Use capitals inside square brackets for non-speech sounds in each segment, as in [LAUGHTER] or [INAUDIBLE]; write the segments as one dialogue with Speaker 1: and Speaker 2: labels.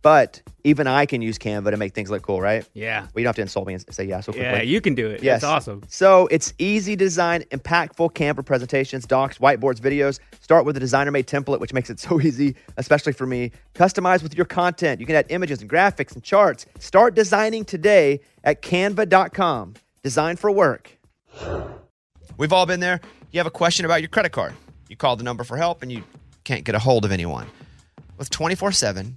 Speaker 1: But even I can use Canva to make things look cool, right?
Speaker 2: Yeah.
Speaker 1: Well, you don't have to insult me and say yeah so quickly.
Speaker 2: Yeah, you can do it.
Speaker 1: Yes.
Speaker 2: It's awesome.
Speaker 1: So it's easy to design impactful Canva presentations, docs, whiteboards, videos. Start with a designer made template, which makes it [LAUGHS] so easy, especially for me. Customize with your content. You can add images and graphics and charts. Start designing today at canva.com. Design for work. We've all been there. You have a question about your credit card. You call the number for help and you can't get a hold of anyone. With 24 7,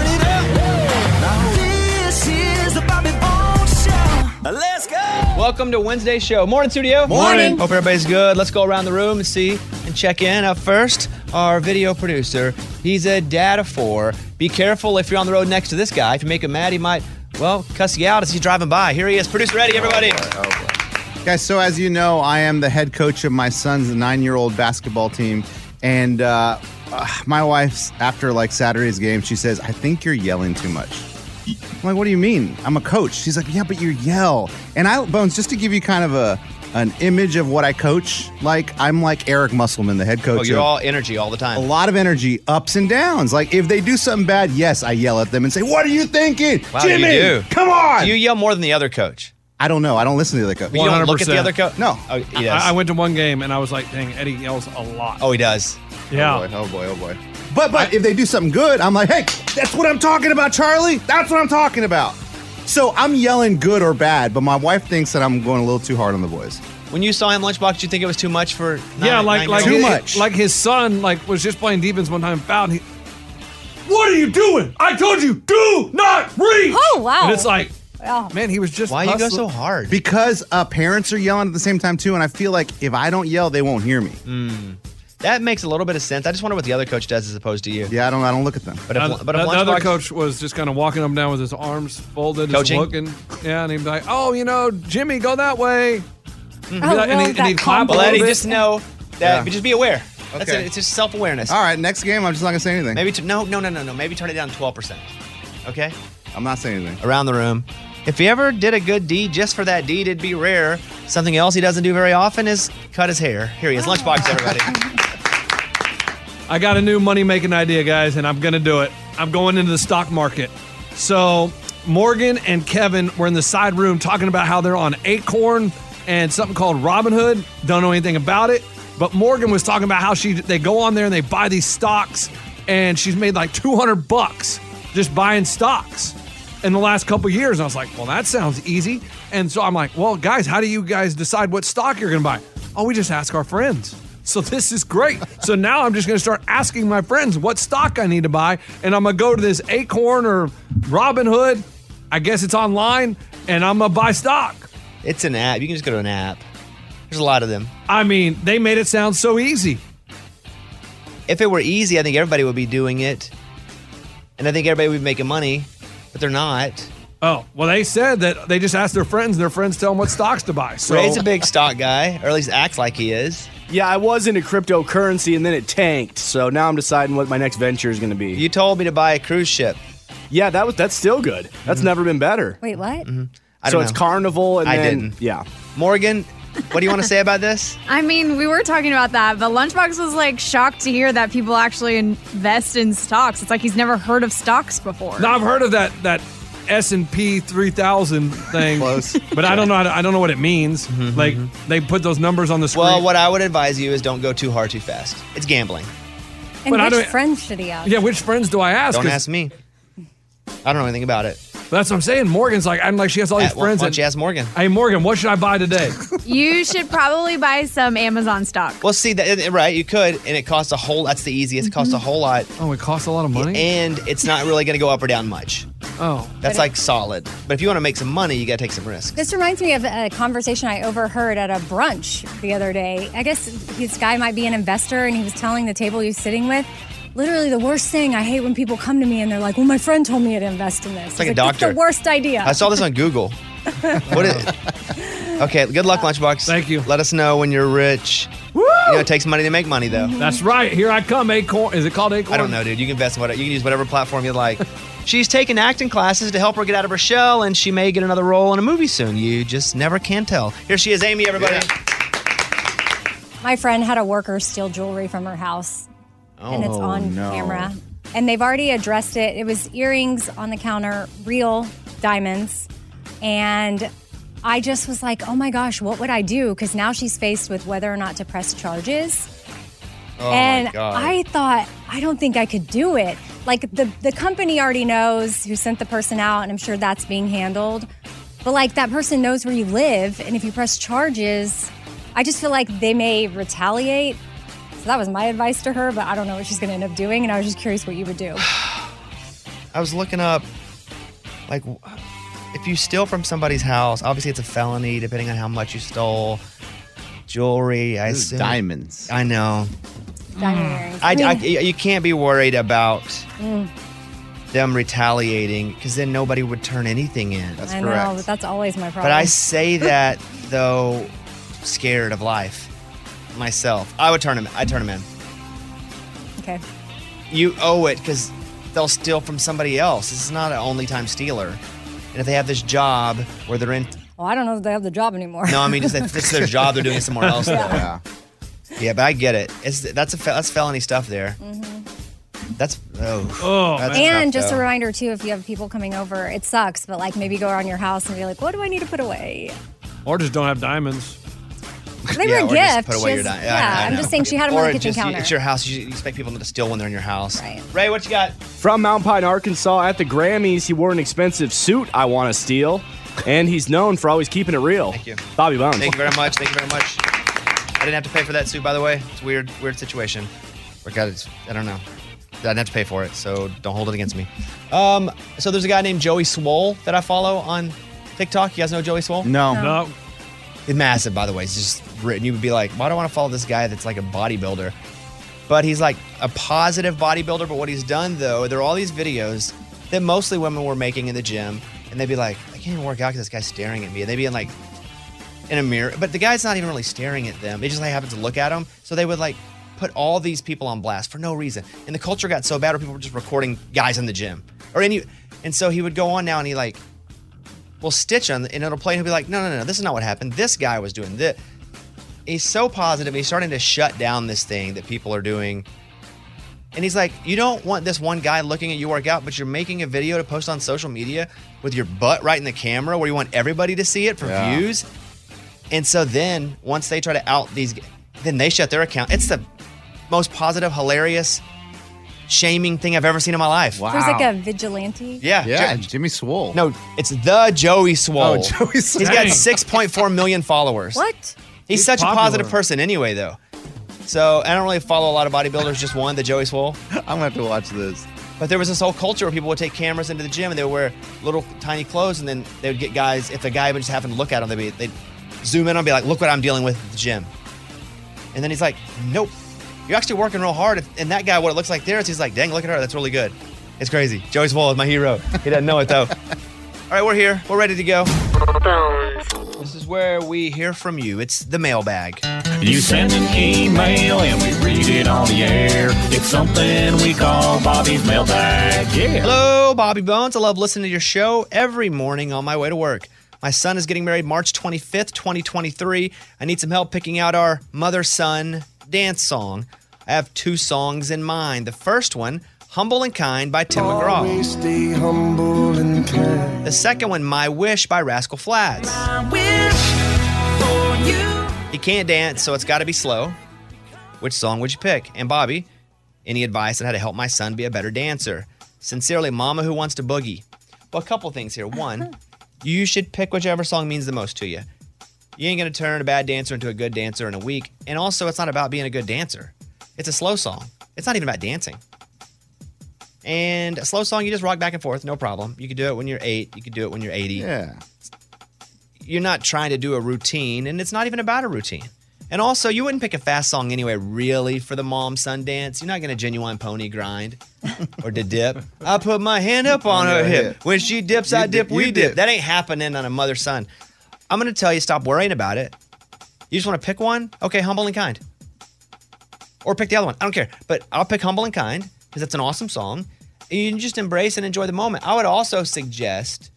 Speaker 3: it up. This is the Bobby Bones Show. Let's go.
Speaker 1: Welcome to Wednesday's show. Morning, studio. Morning. Hope everybody's good. Let's go around the room and see and check in. Up first, our video producer. He's a dad of four. Be careful if you're on the road next to this guy. If you make him mad, he might, well, cuss you out as he's driving by. Here he is. Producer Eddie, everybody.
Speaker 4: Guys, so as you know, I am the head coach of my son's nine year old basketball team. And uh, uh, my wife's, after like Saturday's game, she says, I think you're yelling too much. I'm like, what do you mean? I'm a coach. She's like, yeah, but you yell. And I, Bones, just to give you kind of a, an image of what I coach, like I'm like Eric Musselman, the head coach.
Speaker 1: Oh, you're
Speaker 4: of-
Speaker 1: all energy all the time.
Speaker 4: a lot of energy, ups and downs. Like if they do something bad, yes, I yell at them and say, "What are you thinking,
Speaker 1: Wow, you
Speaker 4: Jimmy?
Speaker 1: do.
Speaker 4: Come on!"
Speaker 1: Do you yell more than the other coach?
Speaker 4: I don't know. I don't listen to the coach.
Speaker 1: But you don't look at the
Speaker 5: 100%.
Speaker 1: other coach?
Speaker 4: No.
Speaker 1: Oh, he does.
Speaker 5: I, I went to one game and I was like, dang, Eddie yells a lot.
Speaker 1: oh, he does.
Speaker 5: yeah.
Speaker 4: boy, oh boy, oh boy. But but if they do something good, I'm like, hey, that's what I'm talking about, Charlie. That's what I'm talking about. So I'm yelling good or bad, but my wife thinks that I'm going a little too hard on the boys.
Speaker 1: When you saw him lunchbox, did you think it was too much for nine,
Speaker 5: yeah, like like
Speaker 4: Too
Speaker 1: nine-year-olds?
Speaker 4: much.
Speaker 5: his- Like his son, like was just playing defense one time, and fouled. And he, what are you doing? I told you, do not reach.
Speaker 6: Oh, wow.
Speaker 5: And it's like,
Speaker 6: Wow.
Speaker 5: man, he was just.
Speaker 1: Why you go so
Speaker 5: hustling.
Speaker 1: hard?
Speaker 4: Because uh, parents are yelling at the same time too, and I feel like if I don't yell, they won't hear me.
Speaker 1: that makes a little bit of sense. I just wonder what the other coach does as opposed to you.
Speaker 4: Yeah, I don't. I don't look at them.
Speaker 1: But if,
Speaker 5: Uh,
Speaker 1: but if
Speaker 5: the other
Speaker 1: lunchbox-
Speaker 5: coach was just kind of walking him down with his arms folded, just
Speaker 1: Coaching?
Speaker 5: looking. Yeah, and he'd be like, "Oh, you know, Jimmy, go that way."
Speaker 6: Oh,
Speaker 5: And
Speaker 6: well,
Speaker 5: he- and
Speaker 6: that
Speaker 5: he'd clap
Speaker 6: combo.
Speaker 1: Well, Eddie,
Speaker 5: bit.
Speaker 1: just know that.
Speaker 4: Yeah.
Speaker 1: But just be aware. That's
Speaker 4: Okay.
Speaker 1: it. It's just self awareness.
Speaker 4: All right, next game, I'm just not gonna say anything.
Speaker 1: Maybe t- no, no, no, no, no. Maybe turn it down twelve percent. Okay.
Speaker 4: I'm not saying anything.
Speaker 1: Around the room. If he ever did a good deed just for that deed, it'd be rare. Something else he doesn't do very often is cut his hair. Here he is, lunchbox, everybody.
Speaker 4: [LAUGHS]
Speaker 5: I got a new money making idea, guys, and I'm going to do it. I'm going into the stock market. So, Morgan and Kevin were in the side room talking about how they're on Acorn and something called Robinhood. Don't know anything about it, but Morgan was talking about how she they go on there and they buy these stocks, and she's made like 200 bucks just buying stocks in the last couple of years. And I was like, well, that sounds easy. And so I'm like, well, guys, how do you guys decide what stock you're going to buy? Oh, we just ask our friends. [LAUGHS] So this is great. so now I'm just going to start asking my friends what stock I need to buy. And I'm going to go to this Acorn or Robinhood. I guess it's online. And I'm going to buy stock.
Speaker 1: it's an app. You can just go to an app. There's a lot of them.
Speaker 5: I mean, they made it sound so easy.
Speaker 1: If it were easy, I think everybody would be doing it, and I think everybody would be making money, but they're not.
Speaker 5: Oh, well, they said that they just asked their friends and their friends tell them what stocks to buy. So
Speaker 1: Ray's a big stock guy, or at least acts like he is.
Speaker 7: Yeah, I was into cryptocurrency and then it tanked. So now I'm deciding what my next venture is going to be.
Speaker 1: You told me to buy a cruise ship.
Speaker 7: Yeah, that was that's still good. That's never been better.
Speaker 6: Wait, what?
Speaker 1: Mm-hmm.
Speaker 8: Mm-hmm.
Speaker 1: I
Speaker 7: so
Speaker 1: don't
Speaker 7: it's
Speaker 1: know.
Speaker 7: carnival and
Speaker 1: I
Speaker 7: then
Speaker 1: didn't.
Speaker 7: yeah.
Speaker 1: Morgan, what do you want to say about
Speaker 5: [LAUGHS]
Speaker 1: this?
Speaker 6: I mean, we were talking about that, but Lunchbox was like shocked to hear that people actually invest in stocks. It's like he's never heard of stocks before.
Speaker 5: Now I've heard of that that S and P 3000 thing. Close. But I don't know. how to- I don't know what it means. Like they put those numbers on the screen.
Speaker 1: Mm-hmm, Well, what I would advise you is don't go too hard too fast. It's gambling.
Speaker 9: And
Speaker 5: But I
Speaker 9: which
Speaker 5: don't-
Speaker 9: friends should he ask?
Speaker 5: yeah, which friends do I ask?
Speaker 1: Don't
Speaker 5: 'Cause
Speaker 1: ask me. I don't know anything about it.
Speaker 5: That's what I'm saying. Morgan's like I'm like she has all these
Speaker 1: At- why
Speaker 5: friends.
Speaker 1: don't
Speaker 5: and-
Speaker 1: you ask Morgan?
Speaker 5: hey Morgan, what should I
Speaker 1: [LAUGHS]
Speaker 5: buy today?
Speaker 6: You should probably buy some Amazon stock.
Speaker 1: Well, see that right? You could, and it costs a whole. That's the easiest. It costs a whole lot,
Speaker 5: oh, it costs a lot of money.
Speaker 1: and it's not really going to go up or down much.
Speaker 5: oh,
Speaker 1: That's like solid. But if you want to make some money, you got to take some risks.
Speaker 9: This reminds me of a conversation I overheard at a brunch the other day. I guess this guy might be an investor, and he was telling the table he was sitting with. Literally, the worst thing I hate when people come to me and they're like, "Well, my friend told me to invest in this." It's
Speaker 1: like a doctor.
Speaker 9: That's the worst idea.
Speaker 1: I saw this on
Speaker 5: [LAUGHS]
Speaker 1: Google. what is Okay, good luck, Lunchbox.
Speaker 5: Thank you.
Speaker 1: Let us know when you're rich.
Speaker 5: Woo!
Speaker 1: You know, it takes money to make money, though.
Speaker 5: That's right. Here I come. Acorn. Is it called Acorn?
Speaker 1: I don't know, dude. You can invest in whatever. You can use whatever platform you like. [LAUGHS] She's taking acting classes to help her get out of her shell, and she may get another role in a movie soon. You just never can tell. Here she is, Amy. Everybody.
Speaker 9: my friend had a worker steal jewelry from her house, and it's on
Speaker 4: no.
Speaker 9: camera. And they've already addressed it. It was earrings on the counter, real diamonds, and. I just was like, oh my gosh, what would I do? Because now she's faced with whether or not to press charges.
Speaker 1: Oh
Speaker 9: and
Speaker 1: my god.
Speaker 9: I thought, I don't think I could do it. Like the the company already knows who sent the person out, and I'm sure that's being handled. But like that person knows where you live, and if you press charges, I just feel like they may retaliate. So that was my advice to her, but I don't know what she's going to end up doing, and I was just curious what you
Speaker 1: [SIGHS]
Speaker 9: would do.
Speaker 1: I was looking up, like, w- if you steal from somebody's house, obviously it's a felony depending on how much you stole. Jewelry, I
Speaker 4: This is
Speaker 1: assume.
Speaker 4: diamonds.
Speaker 1: I know.
Speaker 9: Diamond earrings.
Speaker 1: Mm, I,
Speaker 9: mean,
Speaker 1: I- you can't be worried about them retaliating because then nobody would turn anything in.
Speaker 4: That's
Speaker 9: I
Speaker 4: correct.
Speaker 9: know, but that's always my problem.
Speaker 1: But I
Speaker 4: [LAUGHS]
Speaker 1: say that though, scared of life myself. I would turn him. I turn him in.
Speaker 9: okay.
Speaker 1: You owe it because they'll steal from somebody else. This is not an only time stealer. And if they have this job where they're in,
Speaker 9: Well, I don't know that they have the job anymore. [LAUGHS]
Speaker 1: no, I mean, just that it's their job. They're doing it somewhere else. though.
Speaker 4: yeah.
Speaker 1: Yeah, but I get it. It's that's a fe- that's felony stuff there. That's oh.
Speaker 5: Oh,
Speaker 1: That's
Speaker 9: Mm-hmm. And
Speaker 1: tough,
Speaker 9: just a
Speaker 1: though.
Speaker 9: reminder too, if you have people coming over, it sucks, but like maybe go around your house and be like, what do I need to put away?
Speaker 5: or just don't have diamonds.
Speaker 9: They
Speaker 1: Yeah,
Speaker 9: were
Speaker 1: or
Speaker 9: a
Speaker 1: just
Speaker 9: gift.
Speaker 1: put away
Speaker 9: She
Speaker 1: your
Speaker 9: has-
Speaker 1: di- I-
Speaker 9: yeah,
Speaker 1: I
Speaker 9: I'm
Speaker 1: know.
Speaker 9: just saying she had them
Speaker 1: or
Speaker 9: on the kitchen
Speaker 1: just,
Speaker 9: counter.
Speaker 1: It's your house. You, you expect people not to steal when they're in your house.
Speaker 9: Right.
Speaker 1: Ray, what you got?
Speaker 7: From Mount Pine, Arkansas, at the Grammys, he wore an expensive suit I want to steal, and he's known for always keeping it real. Thank
Speaker 1: you.
Speaker 7: Bobby Bones.
Speaker 1: Thank you very much. Thank you very much. I didn't have to pay for that suit, by the way. It's a weird, weird situation. Or God, it's, I don't know. I didn't have to pay for it, so don't hold it against me. Um, so there's a guy named Joey Swole that I follow on TikTok. You guys know Joey Swole?
Speaker 4: No.
Speaker 5: No,
Speaker 1: He's massive, by the way. He's just written. You would be like, why do I want to follow this guy that's like a bodybuilder? But he's like a positive bodybuilder. But what he's done, though, there are all these videos that mostly women were making in the gym. And they'd be like, I can't even work out because this guy's staring at me. And they'd be in like, in a mirror. But the guy's not even really staring at them. It just like happens to look at them. So they would like put all these people on blast for no reason. And the culture got so bad where people were just recording guys in the gym. Or any and so he would go on now and he like will stitch on and it'll play and he'll be like, no, no, no, this is not what happened. This guy was doing this. He's so positive. He's starting to shut down this thing that people are doing. And he's like, you don't want this one guy looking at you work out, but you're making a video to post on social media with your butt right in the camera where you want everybody to see it for
Speaker 4: Yeah.
Speaker 1: views. And so then once they try to out these, then they shut their account. It's the most positive, hilarious, shaming thing I've ever seen in my life.
Speaker 4: Wow.
Speaker 9: There's like a vigilante.
Speaker 1: Yeah.
Speaker 4: Yeah,
Speaker 1: Jo-
Speaker 4: Jimmy Swole.
Speaker 1: no, it's the Joey Swole.
Speaker 4: Oh, Joey Swole.
Speaker 1: He's got 6.4 million followers.
Speaker 9: What?
Speaker 1: He's,
Speaker 5: He's
Speaker 1: such a
Speaker 5: popular.
Speaker 1: positive person anyway, though. So I don't really follow a lot of bodybuilders, just one, the Joey Swole.
Speaker 4: I'm gonna have to watch this.
Speaker 1: But there was this whole culture where people would take cameras into the gym and they would wear little tiny clothes, and then they would get guys. If the guy would just happen to look at them, they'd, be, they'd zoom in and be like, "Look what I'm dealing with at the gym." And then he's like, "Nope, you're actually working real hard." If- And that guy, what it looks like there is, he's like, "Dang, look at her. That's really good." It's crazy. Joey Swole is my hero. He doesn't know it though. All right, we're here. We're ready to go.
Speaker 10: Bones.
Speaker 1: This is where we hear from you. It's the mailbag.
Speaker 11: You send an email and we read it on the air. It's something we call Bobby's mailbag. Yeah.
Speaker 1: Hello, Bobby Bones. I love listening to your show every morning on my way to work. My son is getting married March 25th, 2023. I need some help picking out our mother son dance song. I have two songs in mind. The first one, Humble and Kind by Tim McGraw. The second one, My Wish by Rascal Flats. He can't dance, so it's got to be slow. Which song would you pick? And Bobby, any advice on how to help my son be a better dancer? Sincerely, Mama Who Wants to Boogie. Well, a couple things here. One, you should pick whichever song means the most to you. You ain't gonna turn a bad dancer into a good dancer in a week. And also, it's not about being a good dancer. It's a slow song. It's not even about dancing. And a slow song, you just rock back and forth, no problem. You could do it when you're eight. You could do it when you're 80.
Speaker 4: Yeah.
Speaker 1: You're not trying to do a routine, and it's not even about a routine. And also, you wouldn't pick a fast song anyway, really, for the mom son dance. You're not gonna genuine pony grind or to dip. I put my hand up on her hip. When she dips, I dip, we dip. That ain't happening on a mother son. I'm going to tell you, stop worrying about it. You just want to pick one? Okay, humble and kind. Or pick the other one. I don't care. But I'll pick humble and kind because that's an awesome song. And you can just embrace and enjoy the moment. I would also suggest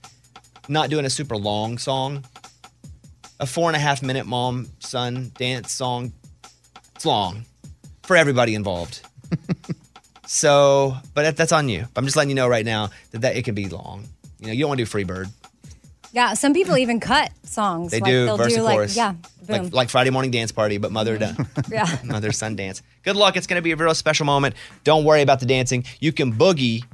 Speaker 1: not doing a super long song. A four and a half minute mom son dance song. It's long for everybody involved. so, but that, that's on you. I'm just letting you know right now that, that it can be long. You know, you don't want to do free bird.
Speaker 9: Yeah, some people even cut songs.
Speaker 1: They do
Speaker 9: they'll
Speaker 1: verse
Speaker 9: do
Speaker 1: and
Speaker 9: like
Speaker 1: chorus.
Speaker 9: yeah, boom. Mm-hmm.
Speaker 1: Like, like Friday morning dance party, but mother done.
Speaker 9: [LAUGHS] yeah.
Speaker 1: [LAUGHS] mother son dance. Good luck. It's going to be a real special moment. Don't worry about the dancing. You can boogie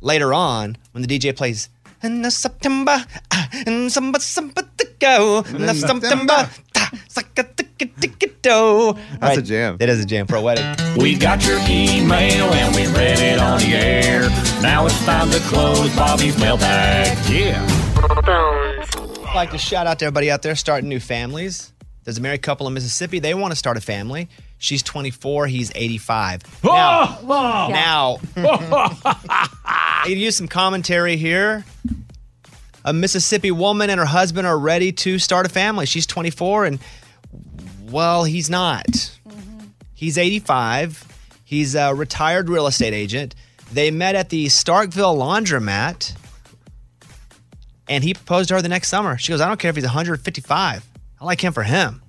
Speaker 1: later on when the DJ plays. In the September, ah, in September, September to go. In the September, ta, sucka, ticka, ticka, do. That's a jam. That is a jam. Poetic.
Speaker 11: We got your email and we read it on the air. Now it's time to close Bobby's mailbag. Yeah.
Speaker 1: I'd like to shout out to everybody out there starting new families. There's a married couple in Mississippi. They want to start a family. She's 24, he's 85.
Speaker 5: Ah! Oh!
Speaker 1: Now, now I could use some commentary here. A Mississippi woman and her husband are ready to start a family. She's 24, and well, he's not. He's 85. He's a retired real estate agent. They met at the Starkville laundromat and he proposed to her the next summer. She goes, I don't care if he's 155. I like him for him.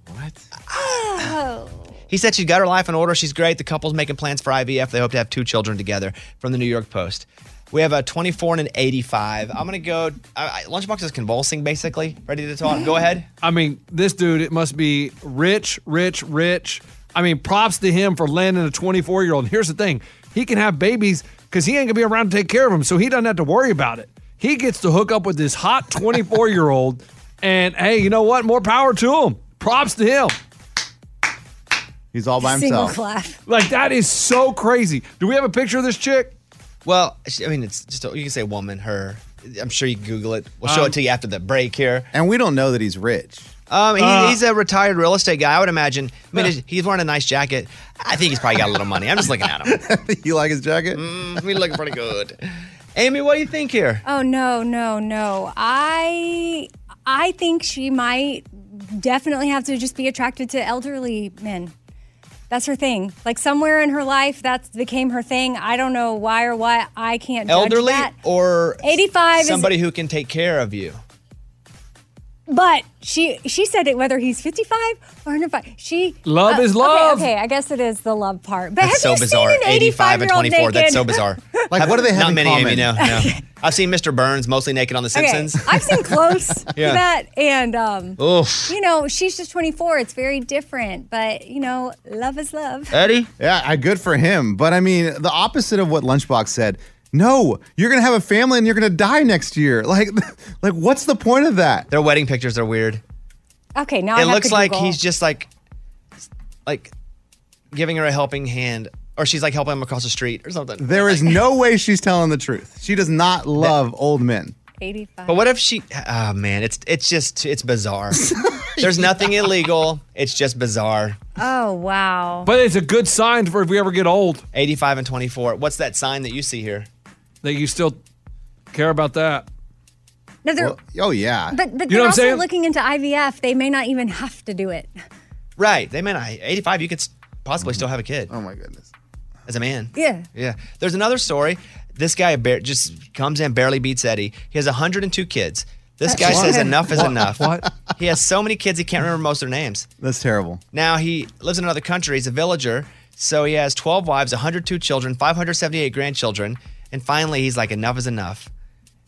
Speaker 9: Oh.
Speaker 1: He said she's got her life in order. She's great. The couple's making plans for IVF. They hope to have two children together from the New York Post. We have a 24 and an 85. I'm going to go. I, I, Lunchbox is convulsing, basically. Ready to talk? go ahead.
Speaker 5: I mean, this dude, it must be rich, rich, rich. I mean, props to him for landing a 24 year old. And here's the thing he can have babies because he ain't gonna be around to take care of them, so he doesn't have to worry about it. He gets to hook up with this hot 24 year old, [LAUGHS] and hey, you know what? More power to him. Props to him.
Speaker 4: He's all
Speaker 5: by himself. Like, that is so crazy. Do we have a picture of this chick?
Speaker 1: Well, she- I mean, it's just, a, you can say woman, her. I'm sure you can Google it. We'll show
Speaker 4: Um,
Speaker 1: it to you after the break here.
Speaker 4: And we don't know that he's rich. [LAUGHS]
Speaker 1: Um, he,
Speaker 4: Uh,
Speaker 1: he's a retired real estate guy, I would imagine. I mean, he's- he's wearing a nice jacket. I think he's probably got a little money. I'm just looking at him.
Speaker 4: you like his jacket?
Speaker 1: Mm, [LAUGHS] he's looking pretty good. Amy, what do you think here?
Speaker 9: Oh no, no, no. I I think she might definitely have to just be attracted to elderly men. That's her thing. Like somewhere in her life, that's became her thing. I don't know why or what. I can't judge
Speaker 1: Elderly
Speaker 9: that.
Speaker 1: or
Speaker 9: 85 is-
Speaker 1: somebody who can take care of you?
Speaker 9: But she she said it whether he's 55 or 105. She uh,
Speaker 1: Love is
Speaker 9: okay,
Speaker 1: love.
Speaker 9: Okay, I guess it is the love part. But
Speaker 1: That's so
Speaker 9: have you
Speaker 1: bizarre.
Speaker 9: seen an 85
Speaker 1: and
Speaker 9: year old
Speaker 1: 24. That's
Speaker 9: naked?
Speaker 1: so [LAUGHS] bizarre.
Speaker 4: Like, what do they have
Speaker 1: Not
Speaker 4: in
Speaker 1: many, Amy.
Speaker 4: common?
Speaker 1: No, no.
Speaker 4: [LAUGHS]
Speaker 1: I've seen Mr. Burns mostly naked on The Simpsons.
Speaker 9: [LAUGHS] Okay. I've seen close
Speaker 1: [LAUGHS] Yeah.
Speaker 9: to that, and um,
Speaker 1: Oof.
Speaker 9: you know, she's just 24. It's very different, but you know, love is love.
Speaker 1: Eddie?
Speaker 4: Yeah, I, good for him. But I mean, the opposite of what Lunchbox said. No, you're gonna have a family and you're gonna die next year. [LAUGHS] Like, like what's the point of that?
Speaker 1: Their wedding pictures are weird.
Speaker 9: Okay, now I
Speaker 1: it
Speaker 9: have
Speaker 1: looks
Speaker 9: to
Speaker 1: like
Speaker 9: Google.
Speaker 1: he's just like, like, giving her a helping hand, or she's like helping him across the street or something.
Speaker 4: There is no way she's telling the truth. She does not love old men.
Speaker 9: 85.
Speaker 1: But what if she? Oh man, it's it's just it's
Speaker 4: [LAUGHS]
Speaker 1: bizarre. There's nothing illegal. It's just bizarre.
Speaker 9: Oh wow.
Speaker 5: But it's a good sign for if we ever get old.
Speaker 1: 85 and 24. What's that sign that you see here?
Speaker 5: That you still care about that.
Speaker 9: No, they're
Speaker 4: oh yeah.
Speaker 9: but but they're also looking into IVF. They may not even have to do it. [LAUGHS]
Speaker 1: Right. They mean I- 85. You could s-
Speaker 4: Mm.
Speaker 1: possibly still have a kid. Oh
Speaker 4: my goodness.
Speaker 1: As a man.
Speaker 9: Yeah.
Speaker 1: Yeah. There's another story. This guy bar- just comes in, barely beats Eddie. He has 102 kids. This guy
Speaker 4: What?
Speaker 1: says enough is
Speaker 4: What?
Speaker 1: enough.
Speaker 4: What?
Speaker 1: He has so many kids he can't remember most of their names.
Speaker 4: That's terrible.
Speaker 1: Now he lives in another country. He's a villager. So he has 12 wives, 102 children, 578 grandchildren, and finally he's like, enough is enough.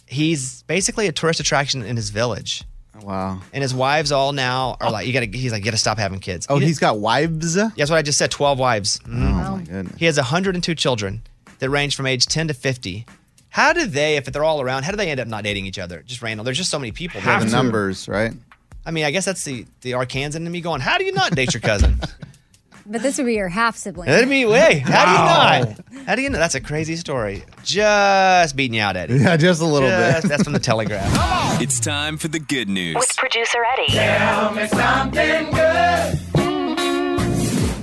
Speaker 1: He's basically a tourist attraction in his village.
Speaker 4: Wow.
Speaker 1: And his wives all now are like, you gotta. He's like, you gotta stop having kids.
Speaker 4: Oh,
Speaker 1: He
Speaker 4: he's got wives? Yeah,
Speaker 1: that's what I just said. Twelve wives.
Speaker 4: Oh my goodness.
Speaker 1: He has 102 children that range from age 10 to 50. How do they, if they're all around, how do they end up not dating each other? Just random. There's just so many people.
Speaker 4: Have
Speaker 1: There's-
Speaker 4: the numbers, right? [LAUGHS]
Speaker 1: I mean, I guess that's the the Arkansas in me going. How do you not date your
Speaker 4: [LAUGHS]
Speaker 1: cousin?
Speaker 9: But this would be your half sibling.
Speaker 1: That'd be way. How do you not? How do you know? That's a crazy story. Just beating you out, Eddie.
Speaker 4: Yeah, just [LAUGHS] a little bit.
Speaker 1: Just- That's from the Telegraph.
Speaker 12: It's time for the good news.
Speaker 10: With producer Eddie.
Speaker 12: Tell me something good.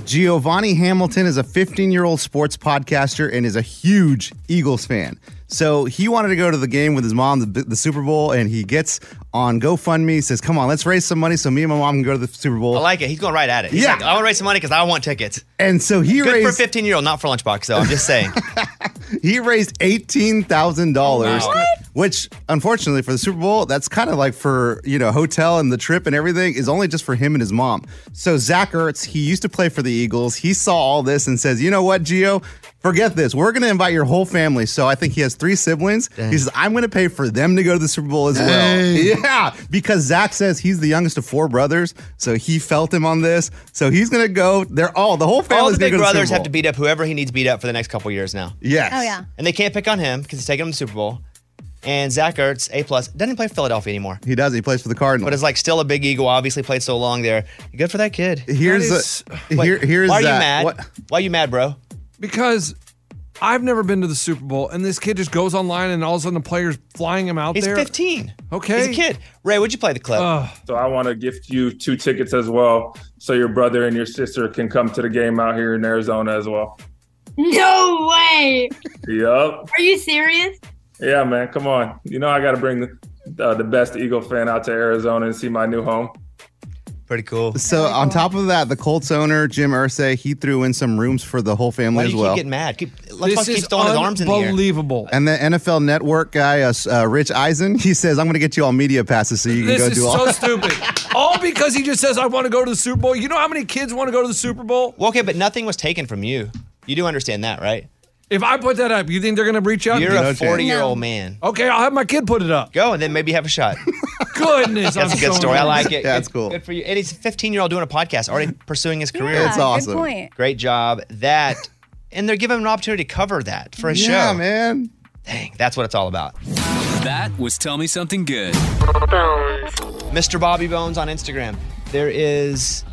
Speaker 4: Giovanni Hamilton is a 15 year old sports podcaster and is a huge Eagles fan. So he wanted to go to the game with his mom, the, the Super Bowl, and he gets on GoFundMe, says, Come on, let's raise some money so me and my mom can go to the Super Bowl.
Speaker 1: I like it. He's going right at it. He's
Speaker 4: Yeah.
Speaker 1: like, I want to raise some money because I want tickets.
Speaker 4: and so he
Speaker 1: Good for
Speaker 4: raised
Speaker 1: 15 year old, not for lunchbox though. I'm just saying.
Speaker 4: he raised $18,000,
Speaker 1: Oh,
Speaker 4: which unfortunately for the Super Bowl, that's kind of like for, you know, hotel and the trip and everything is only just for him and his mom. So Zach Ertz, he used to play for the Eagles. He saw all this and says, you know what, Gio, forget this. We're going to invite your whole family. So I think he has three siblings. He says, I'm going to pay for them to go to the Super Bowl as well.
Speaker 13: Dang.
Speaker 4: Yeah, because Zach says he's the youngest of four brothers. So he felt him on this. So he's going to go. They're all, the whole
Speaker 1: All
Speaker 4: [LAUGHS] family's
Speaker 1: the big
Speaker 4: going to go to the Super
Speaker 1: brothers have
Speaker 4: Bowl.
Speaker 1: to beat up whoever he needs beat up for the next couple years now.
Speaker 4: Yes.
Speaker 9: Oh, yeah.
Speaker 1: And they can't pick on him because he's taking them to the Super Bowl. And Zach Ertz, A plus, doesn't play for Philadelphia anymore.
Speaker 4: He does. He plays for the Cardinals.
Speaker 1: But is like still a big eagle. Obviously played so long there. Good for that kid.
Speaker 4: Here's a- here- here's
Speaker 1: why are you
Speaker 4: that.
Speaker 1: mad?
Speaker 4: What-
Speaker 1: Why are you mad, bro?
Speaker 5: Because I've never been to the Super Bowl, and this kid just goes online, and all of a sudden the player's flying him out
Speaker 1: He's
Speaker 5: there.
Speaker 1: 15.
Speaker 5: Okay.
Speaker 1: He's a kid. Ray, would you play the clip?
Speaker 14: So I want to gift you two tickets as well, so your brother and your sister can come to the game out here in Arizona as well.
Speaker 15: No way.
Speaker 14: Yup.
Speaker 15: Are you serious?
Speaker 14: Yeah, man. Come on. You know I got to bring the, uh, the best Eagle fan out to Arizona and see my new home.
Speaker 1: Pretty cool.
Speaker 4: So on top
Speaker 1: oh.
Speaker 4: of that, the Colts owner Jim Ursay he threw in some rooms for the whole family
Speaker 1: Why do
Speaker 4: as
Speaker 1: you
Speaker 4: well.
Speaker 1: keep getting mad? Keep, Lunchbox keeps throwing his arms in the air.
Speaker 5: unbelievable.
Speaker 4: And the NFL Network guy, uh, uh, Rich Eisen, he says, "I'm going to get you all media passes so you can
Speaker 5: This
Speaker 4: go
Speaker 5: is
Speaker 4: do
Speaker 5: so
Speaker 1: [LAUGHS]
Speaker 4: all."
Speaker 5: stupid. All because he just says, I want to go to the Super Bowl. You know how many kids want to go to the Super Bowl?
Speaker 1: Well, okay, but nothing was taken from you. You do understand that, right?
Speaker 5: If I put that up, you think they're going to reach out? to
Speaker 1: You're
Speaker 5: me?
Speaker 1: a 40 year old man.
Speaker 5: Okay, I'll have my kid put it up.
Speaker 1: Go and then maybe have a shot.
Speaker 5: Goodness,
Speaker 1: [LAUGHS] That's
Speaker 5: I'm
Speaker 1: a good
Speaker 5: [LAUGHS] so
Speaker 1: story. I
Speaker 5: nervous.
Speaker 1: like it.
Speaker 5: Yeah,
Speaker 1: Good-
Speaker 5: it's cool.
Speaker 1: Good for you. And he's a 15 year old doing a podcast, already pursuing his career.
Speaker 4: Yeah, That's good awesome. point.
Speaker 1: Great job. That, and they're giving him an opportunity to cover that for a
Speaker 4: [LAUGHS] Yeah,
Speaker 1: show.
Speaker 4: man.
Speaker 1: Dang, that's what it's all about.
Speaker 12: That was Tell Me Something Good.
Speaker 1: Mr. Bobby Bones on Instagram. There is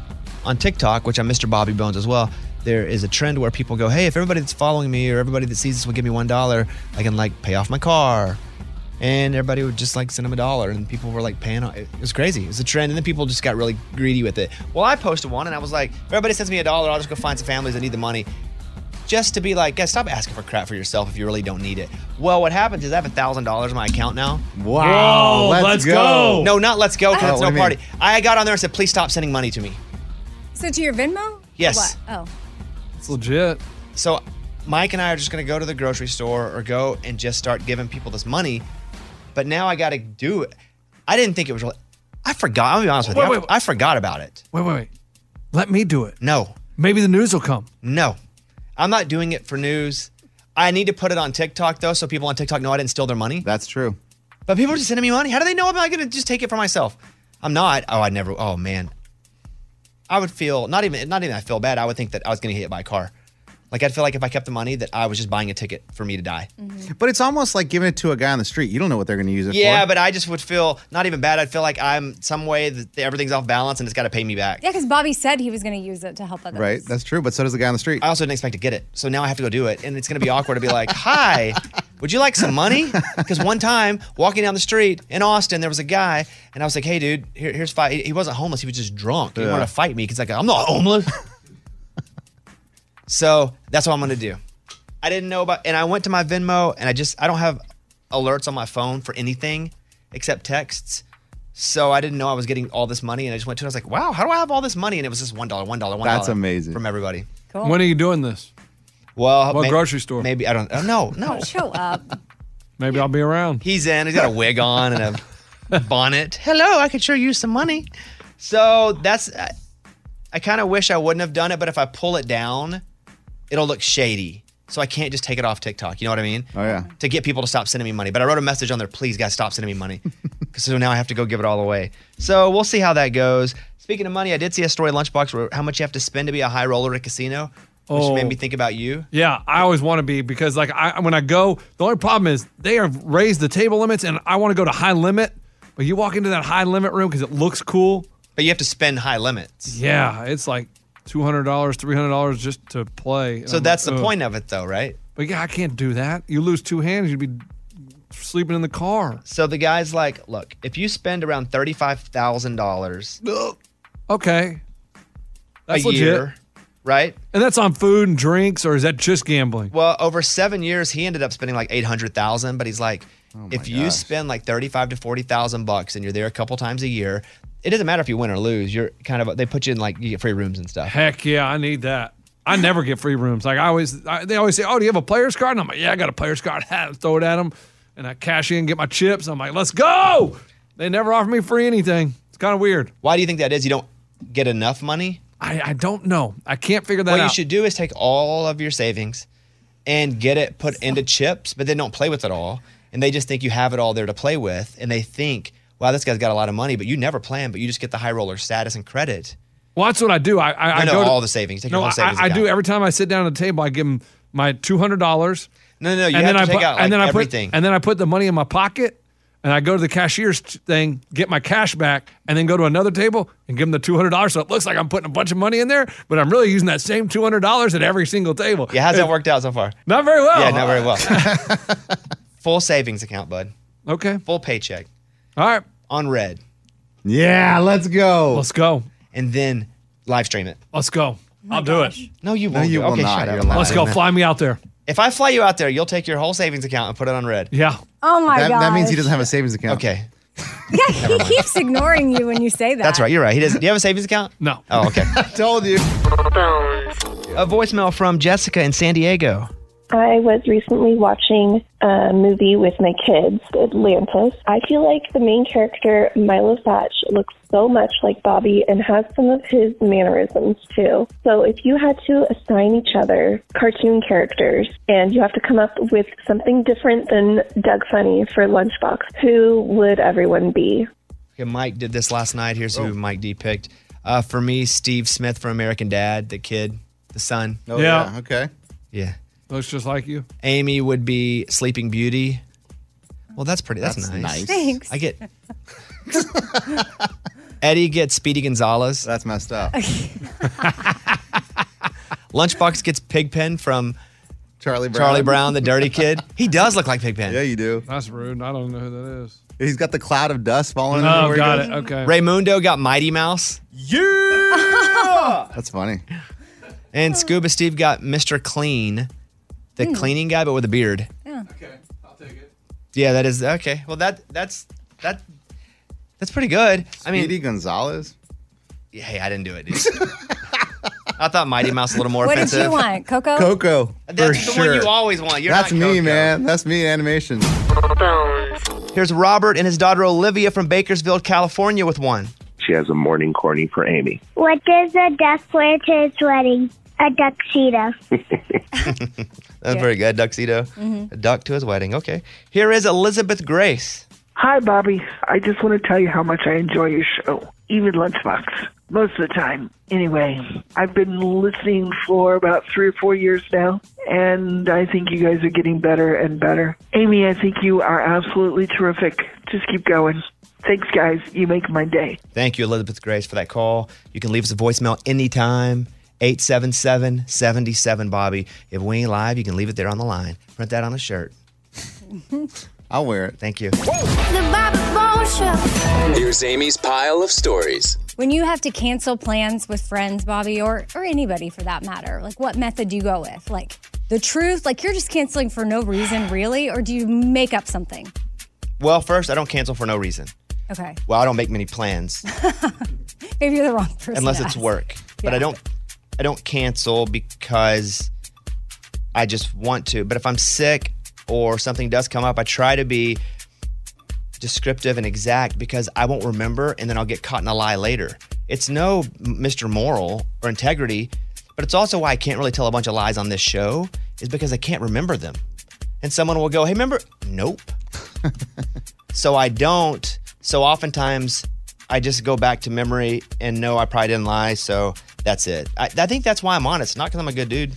Speaker 1: on TikTok, which I'm Mr. Bobby Bones as well. There is a trend where people go, "Hey, if everybody that's following me or everybody that sees this will give me one dollar, I can like pay off my car." And everybody would just like send them a dollar, and people were like paying. It was crazy. It was a trend, and then people just got really greedy with it. Well, I posted one, and I was like, if "Everybody sends me a dollar, I'll just go find some families that need the money." just to be like, guys, stop asking for crap for yourself if you really don't need it. Well, what happens is I have thousand dollars in my account now.
Speaker 4: Wow, Whoa, let's let's go. go.
Speaker 1: No, not let's go because
Speaker 4: Oh,
Speaker 1: it's
Speaker 4: what do
Speaker 1: no
Speaker 4: you
Speaker 1: party. I got on there and said, please stop sending money to me.
Speaker 9: So to your Venmo?
Speaker 1: Yes.
Speaker 9: What? Oh.
Speaker 5: It's legit.
Speaker 1: So Mike and I are just gonna go to the grocery store or go and just start giving people this money. But now I gotta do it. I didn't think it was really I forgot. I'll be honest with
Speaker 5: Wait,
Speaker 1: you. I-
Speaker 5: wait,
Speaker 1: I forgot about it.
Speaker 5: Wait, wait, wait. Let me do it.
Speaker 1: No.
Speaker 5: Maybe the news will come.
Speaker 1: No. I'm not doing it for news. I need to put it on TikTok though, so people on TikTok know I didn't steal their money.
Speaker 4: That's true.
Speaker 1: But people are just sending me money. How do they know I'm not gonna just take it for myself? I'm not. Oh, I never. Oh man, I would feel not even not even I feel bad. I would think that I was gonna get hit by a car. Like I'd feel like if I kept the money that I was just buying a ticket for me to die.
Speaker 4: But it's almost like giving it to a guy on the street. You don't know what they're going to use it
Speaker 1: Yeah,
Speaker 4: for.
Speaker 1: but I just would feel not even bad. I'd feel like I'm some way that everything's off balance and it's got to pay me back.
Speaker 9: Yeah, because Bobby said he was going to use it to help others.
Speaker 4: right, that's true. But so does the guy on the street.
Speaker 1: I also didn't expect to get it, so now I have to go do it, and it's gonna be awkward to be like, "Hi, would you like some money?" Because one time walking down the street in Austin, there was a guy, and I was like, "Hey, dude, here, here's five. He wasn't homeless; he was just drunk. He
Speaker 4: Yeah.
Speaker 1: wanted to fight me because like I'm not homeless." so that's what I'm gonna do. I didn't know about, and I went to my Venmo, and I just I don't have alerts on my phone for anything except texts. So I didn't know I was getting all this money, and I just went to. it. I was like, "Wow, how do I have all this money?" And it was just one dollar, one dollar, one dollar.
Speaker 4: That's amazing.
Speaker 1: from everybody.
Speaker 5: When are you doing this?
Speaker 1: Well,
Speaker 5: what
Speaker 1: may-
Speaker 5: grocery store?
Speaker 1: Maybe I don't. Oh, no, no.
Speaker 9: Show
Speaker 1: [LAUGHS]
Speaker 9: up.
Speaker 5: Maybe I'll be around.
Speaker 1: He's in. He's got a wig on and
Speaker 5: [LAUGHS]
Speaker 1: a bonnet. Hello, I could sure use some money. So that's. I, I kind of wish I wouldn't have done it, but if I pull it down, it'll look shady. So I can't just take it off TikTok. You know what I mean?
Speaker 4: Oh yeah.
Speaker 1: To get people to stop sending me money. But I wrote a message on there, please guys, stop sending me
Speaker 5: [LAUGHS]
Speaker 1: money. Because so now I have to go give it all away. So we'll see how that goes. Speaking of money, I did see a story lunchbox where how much you have to spend to be a high roller at a casino, which
Speaker 5: Oh.
Speaker 1: made me think about you.
Speaker 5: Yeah, I always want to be because like I when I go, the only problem is they have raised the table limits and I want to go to high limit, but you walk into that high limit room because it looks cool.
Speaker 1: But you have to spend high limits.
Speaker 5: Yeah, it's like two hundred dollars, three hundred dollars just to play. And
Speaker 1: So
Speaker 5: I'm
Speaker 1: that's
Speaker 5: like,
Speaker 1: the
Speaker 5: "Ugh."
Speaker 1: point of it though, right?
Speaker 5: But yeah, I can't do that. You lose two hands, you'd be sleeping in the car.
Speaker 1: So the guy's like, look, if you spend around thirty-five thousand dollars
Speaker 5: Okay. That's
Speaker 1: a
Speaker 5: legit.
Speaker 1: year, right?
Speaker 5: And that's on food and drinks, or is that just gambling?
Speaker 1: Well, over seven years, he ended up spending like eight hundred thousand. But he's like, if you
Speaker 5: Oh gosh.
Speaker 1: spend like thirty-five to forty thousand bucks, and you're there a couple times a year, it doesn't matter if you win or lose. You're kind of they put you in like you get free rooms and stuff.
Speaker 5: Heck yeah, I need that. I never get free rooms. Like I always, I, they always say, "Oh, do you have a player's card?" And I'm like, "Yeah, I got a player's card." [LAUGHS] Throw it at them, and I cash in, get my chips. I'm like, "Let's go!" They never offer me free anything. It's kind of weird.
Speaker 1: Why do you think that is? You don't get enough money?
Speaker 5: I, I don't know. I can't figure that
Speaker 1: What you
Speaker 5: out.
Speaker 1: should do is take all of your savings and get it put into chips, but then don't play with it all. And they just think you have it all there to play with, and they think, wow, this guy's got a lot of money, but you never plan, but you just get the high roller status and credit.
Speaker 5: Well, that's what I do. I I, I
Speaker 1: No, no,
Speaker 5: go to-
Speaker 1: all the savings. Take your
Speaker 5: no,
Speaker 1: whole savings
Speaker 5: I, I do
Speaker 1: account.
Speaker 5: every time I sit down at the table. I give them my two hundred dollars.
Speaker 1: No, no, you have to
Speaker 5: I
Speaker 1: take
Speaker 5: put,
Speaker 1: out, like,
Speaker 5: and then I put,
Speaker 1: everything.
Speaker 5: and then I put the money in my pocket, and I go to the cashier's t- thing, get my cash back, and then go to another table and give them the two hundred dollars. So it looks like I'm putting a bunch of money in there, but I'm really using that same two hundred dollars at every single table.
Speaker 1: Yeah, how's that worked out so far?
Speaker 5: Not very well.
Speaker 1: Yeah, not very [LAUGHS] well. Full savings account, bud.
Speaker 5: Okay.
Speaker 1: Full paycheck.
Speaker 5: All right.
Speaker 1: On red.
Speaker 4: Yeah, let's go.
Speaker 5: Let's go.
Speaker 1: And then live stream it.
Speaker 5: Let's go. I'll do it.
Speaker 1: No, you won't.
Speaker 5: you
Speaker 1: do it.
Speaker 5: will
Speaker 1: okay,
Speaker 5: not.
Speaker 1: Shut
Speaker 5: You're
Speaker 1: up.
Speaker 5: lying. Let's go. Fly me out there.
Speaker 1: If I fly you out there, you'll take your whole savings account and put it on red.
Speaker 5: Yeah.
Speaker 9: Oh my god.
Speaker 1: doesn't
Speaker 4: have a savings account.
Speaker 1: Okay.
Speaker 9: Yeah, [LAUGHS] he keeps ignoring you when you say that.
Speaker 1: That's right. You're right. He doesn't. Do you have a savings account?
Speaker 5: No.
Speaker 1: Oh, okay.
Speaker 4: I [LAUGHS] told you.
Speaker 1: [LAUGHS] a voicemail from Jessica in San Diego.
Speaker 13: I was recently watching a movie with my kids, Atlantis. I feel like the main character, Milo Thatch, looks so much like Bobby and has some of his mannerisms too. So if you had to assign each other cartoon characters and you have to come up with something different than Doug Funny for Lunchbox, who would everyone be?
Speaker 1: Okay, Mike did this last night. Here's who Mike D picked. Uh, for me, Steve Smith from American Dad, the kid, the son.
Speaker 5: Oh, Yeah. yeah.
Speaker 4: Okay.
Speaker 1: Yeah.
Speaker 5: Looks just like you.
Speaker 1: Amy would be Sleeping Beauty. Well, that's pretty. That's,
Speaker 4: That's
Speaker 1: nice.
Speaker 4: nice. Thanks.
Speaker 1: I get. Eddie gets Speedy Gonzalez.
Speaker 4: That's messed up.
Speaker 1: Lunchbox gets Pigpen from
Speaker 4: Charlie Brown.
Speaker 1: Charlie Brown, the dirty kid. He does look like Pigpen.
Speaker 4: Yeah, you do.
Speaker 5: That's rude. I don't know who that is.
Speaker 4: He's got the cloud of dust
Speaker 5: Oh,
Speaker 4: falling. everywhere he goes.
Speaker 1: Raymundo got Mighty Mouse.
Speaker 4: Yeah. That's funny.
Speaker 9: Oh.
Speaker 1: And Scuba Steve got Mr. Clean, the
Speaker 4: Hmm.
Speaker 1: cleaning guy, but with a beard.
Speaker 9: Yeah.
Speaker 1: Yeah, that is okay. Well, that that's that that's pretty good. I mean,
Speaker 4: Speedy Gonzalez.
Speaker 1: hey, I didn't do it. Dude. I thought Mighty Mouse a little more
Speaker 9: [LAUGHS] what
Speaker 1: offensive.
Speaker 9: did you want, Coco?
Speaker 4: Coco.
Speaker 1: That's
Speaker 4: for
Speaker 1: the
Speaker 4: sure.
Speaker 1: one you always want. You're
Speaker 4: That's
Speaker 1: not
Speaker 4: me, man. That's me. Animation.
Speaker 1: Here's Robert and his daughter Olivia from Bakersfield, California, with one.
Speaker 16: She has a morning corny for Amy.
Speaker 17: What is a death player to his wedding? A tuxedo.
Speaker 1: That's very good. Duxedo,
Speaker 9: Mm-hmm.
Speaker 1: a duck to his wedding. Okay. Here is Elizabeth Grace.
Speaker 8: Hi, Bobby. I just want to tell you how much I enjoy your show, even Lunchbox, most of the time. Anyway, I've been listening for about three or four years now, and I think you guys are getting better and better. Amy, I think you are absolutely terrific. Just keep going. Thanks, guys. You make my day.
Speaker 1: Thank you, Elizabeth Grace, for that call. You can leave us a voicemail anytime. 877 77 Bobby. If we ain't live, you can leave it there on the line. Print that on a shirt.
Speaker 4: I'll wear it.
Speaker 1: Thank you.
Speaker 12: Here's Amy's pile of stories.
Speaker 9: When you have to cancel plans with friends, Bobby, or or anybody for that matter, like what method do you go with? Like the truth, like you're just canceling for no reason, really, or do you make up something?
Speaker 1: Well, first, I don't cancel for no reason.
Speaker 9: Okay,
Speaker 1: Well, I don't make many plans
Speaker 9: maybe you're the wrong person.
Speaker 1: unless
Speaker 9: to
Speaker 1: it's
Speaker 9: ask.
Speaker 1: work. But I
Speaker 9: Yeah.
Speaker 1: don't I don't cancel because I just want to. But if I'm sick or something does come up, I try to be descriptive and exact because I won't remember and then I'll get caught in a lie later. It's no Mr. Moral or integrity, But it's also why I can't really tell a bunch of lies on this show, is because I can't remember them. And someone will go, hey, remember?
Speaker 4: [LAUGHS]
Speaker 1: Nope. so I don't. So oftentimes I just go back to memory and know I probably didn't lie. So that's it. I, I think that's why I'm honest, not because I'm a good
Speaker 4: [LAUGHS]
Speaker 1: dude.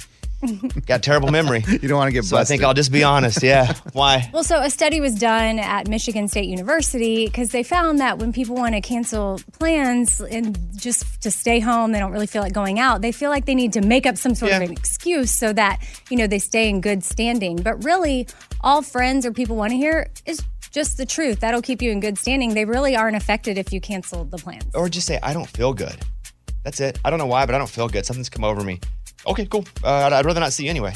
Speaker 1: Got terrible memory. you
Speaker 4: don't want to get
Speaker 1: So I think I'll just be honest.
Speaker 4: [LAUGHS]
Speaker 1: Yeah. Why?
Speaker 9: Well, so a study was done at Michigan State University because they found that when people want to cancel plans and just to stay home, they don't really feel like going out. They feel like they need to make up some sort of an excuse so that, you know, they stay in good standing. But really, all friends or people want to hear is just the truth. That'll keep you in good standing. They really aren't affected if you cancel the plans.
Speaker 1: Or just say, I don't feel good. That's it. I don't know why, but I don't feel good. Something's come over me. Okay, cool. Uh, I'd, I'd rather not see you anyway.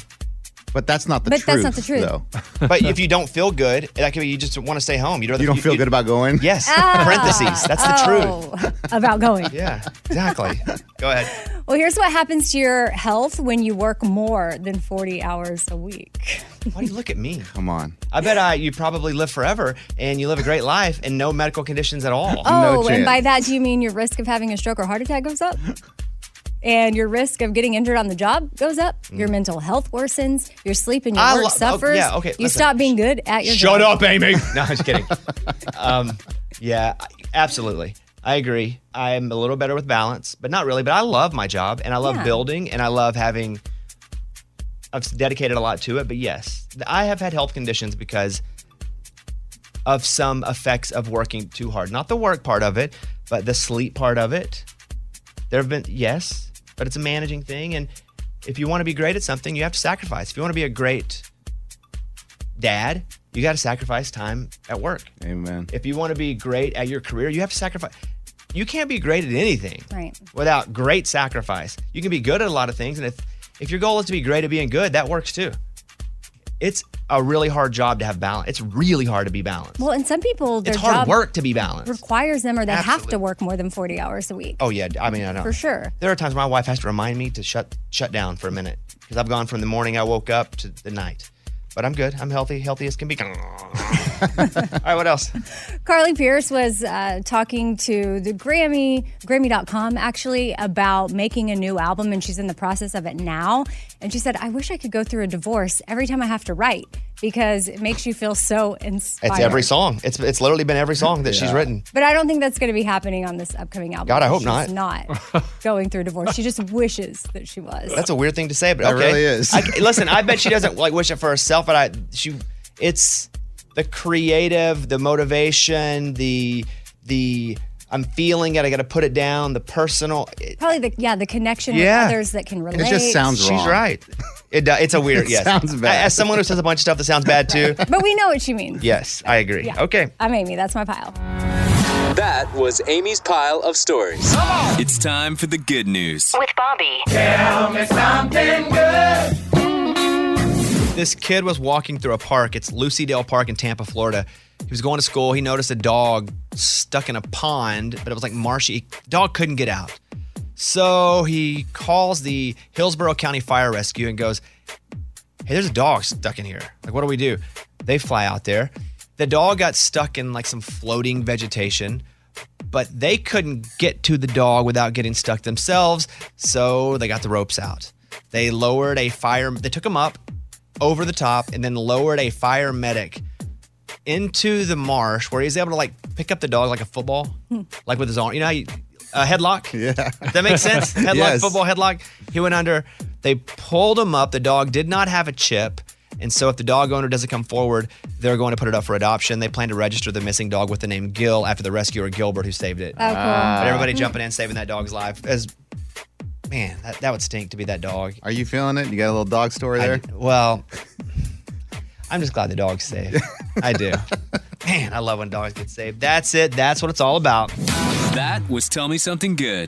Speaker 4: But that's not
Speaker 9: the But that's not truth, the truth. though.
Speaker 1: but if you don't feel good, that could be you just want to stay home. You'd rather,
Speaker 4: You
Speaker 1: [LAUGHS]
Speaker 4: don't feel good about Oh. going? [LAUGHS]
Speaker 1: Yes. Parentheses. That's the truth.
Speaker 9: truth. Ah. Oh, About going.
Speaker 1: Yeah, [LAUGHS] exactly. Go ahead.
Speaker 9: Well, here's what happens to your health when you work more than 40 hours a week.
Speaker 1: Why do you look at me?
Speaker 4: Come on.
Speaker 1: I bet uh, you probably live forever and you live a great life and no medical conditions at all.
Speaker 9: Oh, and by that, do you mean your risk of having a stroke or heart attack goes up? And your risk of getting injured on the job goes up. Your mental health worsens. Your sleep and your
Speaker 1: Mm. I
Speaker 9: work
Speaker 1: lo- oh,
Speaker 9: suffers.
Speaker 1: yeah, okay,
Speaker 9: You
Speaker 1: listen.
Speaker 9: stop being good at your
Speaker 1: Shut
Speaker 9: job.
Speaker 1: up, Amy. [LAUGHS] no, I'm just kidding. Um, yeah, I- absolutely. I agree. I'm a little better with balance, but not really. But I love my job and I love
Speaker 18: Yeah.
Speaker 1: building and I love having, I've dedicated a lot to it. But yes, I have had health conditions because of some effects of working too hard. Not the work part of it, but the sleep part of it. There have been, yes, but it's a managing thing. And if you want to be great at something, you have to sacrifice. If you want to be a great dad, you got to sacrifice time at work.
Speaker 4: Amen.
Speaker 1: If you want to be great at your career, you have to sacrifice. You can't be great at anything
Speaker 9: Right.
Speaker 1: without great sacrifice. You can be good at a lot of things, and if if your goal is to be great at being good, that works too. It's a really hard job to have balance. It's really hard to be balanced.
Speaker 9: Well, and some people, their
Speaker 1: It's hard
Speaker 9: job
Speaker 1: work to be balanced.
Speaker 9: requires them or they have to work more than 40 hours a week.
Speaker 1: Oh yeah, I mean I know
Speaker 9: For sure.
Speaker 1: There are times my wife has to remind me to shut shut down for a minute because I've gone from the morning I woke up to the night. But I'm good. I'm healthy. Healthy as can be. [LAUGHS] All right, what
Speaker 9: [LAUGHS]
Speaker 1: else?
Speaker 9: Carly Pierce was uh, talking to the Grammy, Grammy.com actually, about making a new album, and she's in the process of it now. And she said, I wish I could go through a divorce every time I have to write because it makes you feel so inspired.
Speaker 1: It's every song. It's it's literally been every song that she's written.
Speaker 9: But I don't think that's going to be happening on this upcoming album.
Speaker 1: God, I hope
Speaker 9: She's
Speaker 1: not. [LAUGHS]
Speaker 9: not going through a divorce. She just wishes that she was.
Speaker 1: That's a weird thing to say, but
Speaker 4: That
Speaker 1: okay.
Speaker 4: really is. [LAUGHS]
Speaker 1: I, listen, I bet she doesn't like wish it for herself, but I she it's the creative, the motivation, the the I'm feeling it. I got to put it down. The personal. It,
Speaker 9: Probably the yeah the connection
Speaker 1: Yeah.
Speaker 9: with others that can relate.
Speaker 1: She's right. It do- it's a weird.
Speaker 4: [LAUGHS] It
Speaker 1: yes,
Speaker 4: sounds bad.
Speaker 1: As someone who says a bunch of stuff that sounds bad
Speaker 4: [LAUGHS]
Speaker 1: too.
Speaker 9: But we know what she means.
Speaker 1: yes, I agree.
Speaker 9: Yeah.
Speaker 1: Okay.
Speaker 9: I'm Amy. That's my pile.
Speaker 12: That was Amy's pile of stories. It's time for the good news.
Speaker 10: With Bobby.
Speaker 12: Tell me something
Speaker 10: good.
Speaker 1: This kid was walking through a park. It's Lucy-Dale Park in Tampa, Florida. He was going to school. He noticed a dog stuck in a pond, but it was like marshy. Dog couldn't get out. So he calls the Hillsborough County Fire Rescue and goes, Hey, there's a dog stuck in here. Like, what do we do? They fly out there. The dog got stuck in like some floating vegetation, but they couldn't get to the dog without getting stuck themselves. So they got the ropes out. They lowered a fire, they took him up over the top and then lowered a fire medic into the marsh where he was able to like pick up the dog like a football, like with his arm. You know how you, a headlock? Yeah. That makes sense? Headlock,
Speaker 4: Yes.
Speaker 1: football headlock. He went under. They pulled him up. The dog did not have a chip. And so if the dog owner doesn't come forward, they're going to put it up for adoption. They plan to register the missing dog with the name Gil after the rescuer Gilbert who saved it.
Speaker 18: Oh, cool.
Speaker 1: But everybody jumping in, saving that dog's life. As man, that, that would stink to be that dog.
Speaker 4: Are you feeling it? You got a little dog story there?
Speaker 1: well, I'm just glad the dog's safe. I do. Man, I love when dogs get saved. That's it. That's what it's all about.
Speaker 12: That was Tell Me Something Good.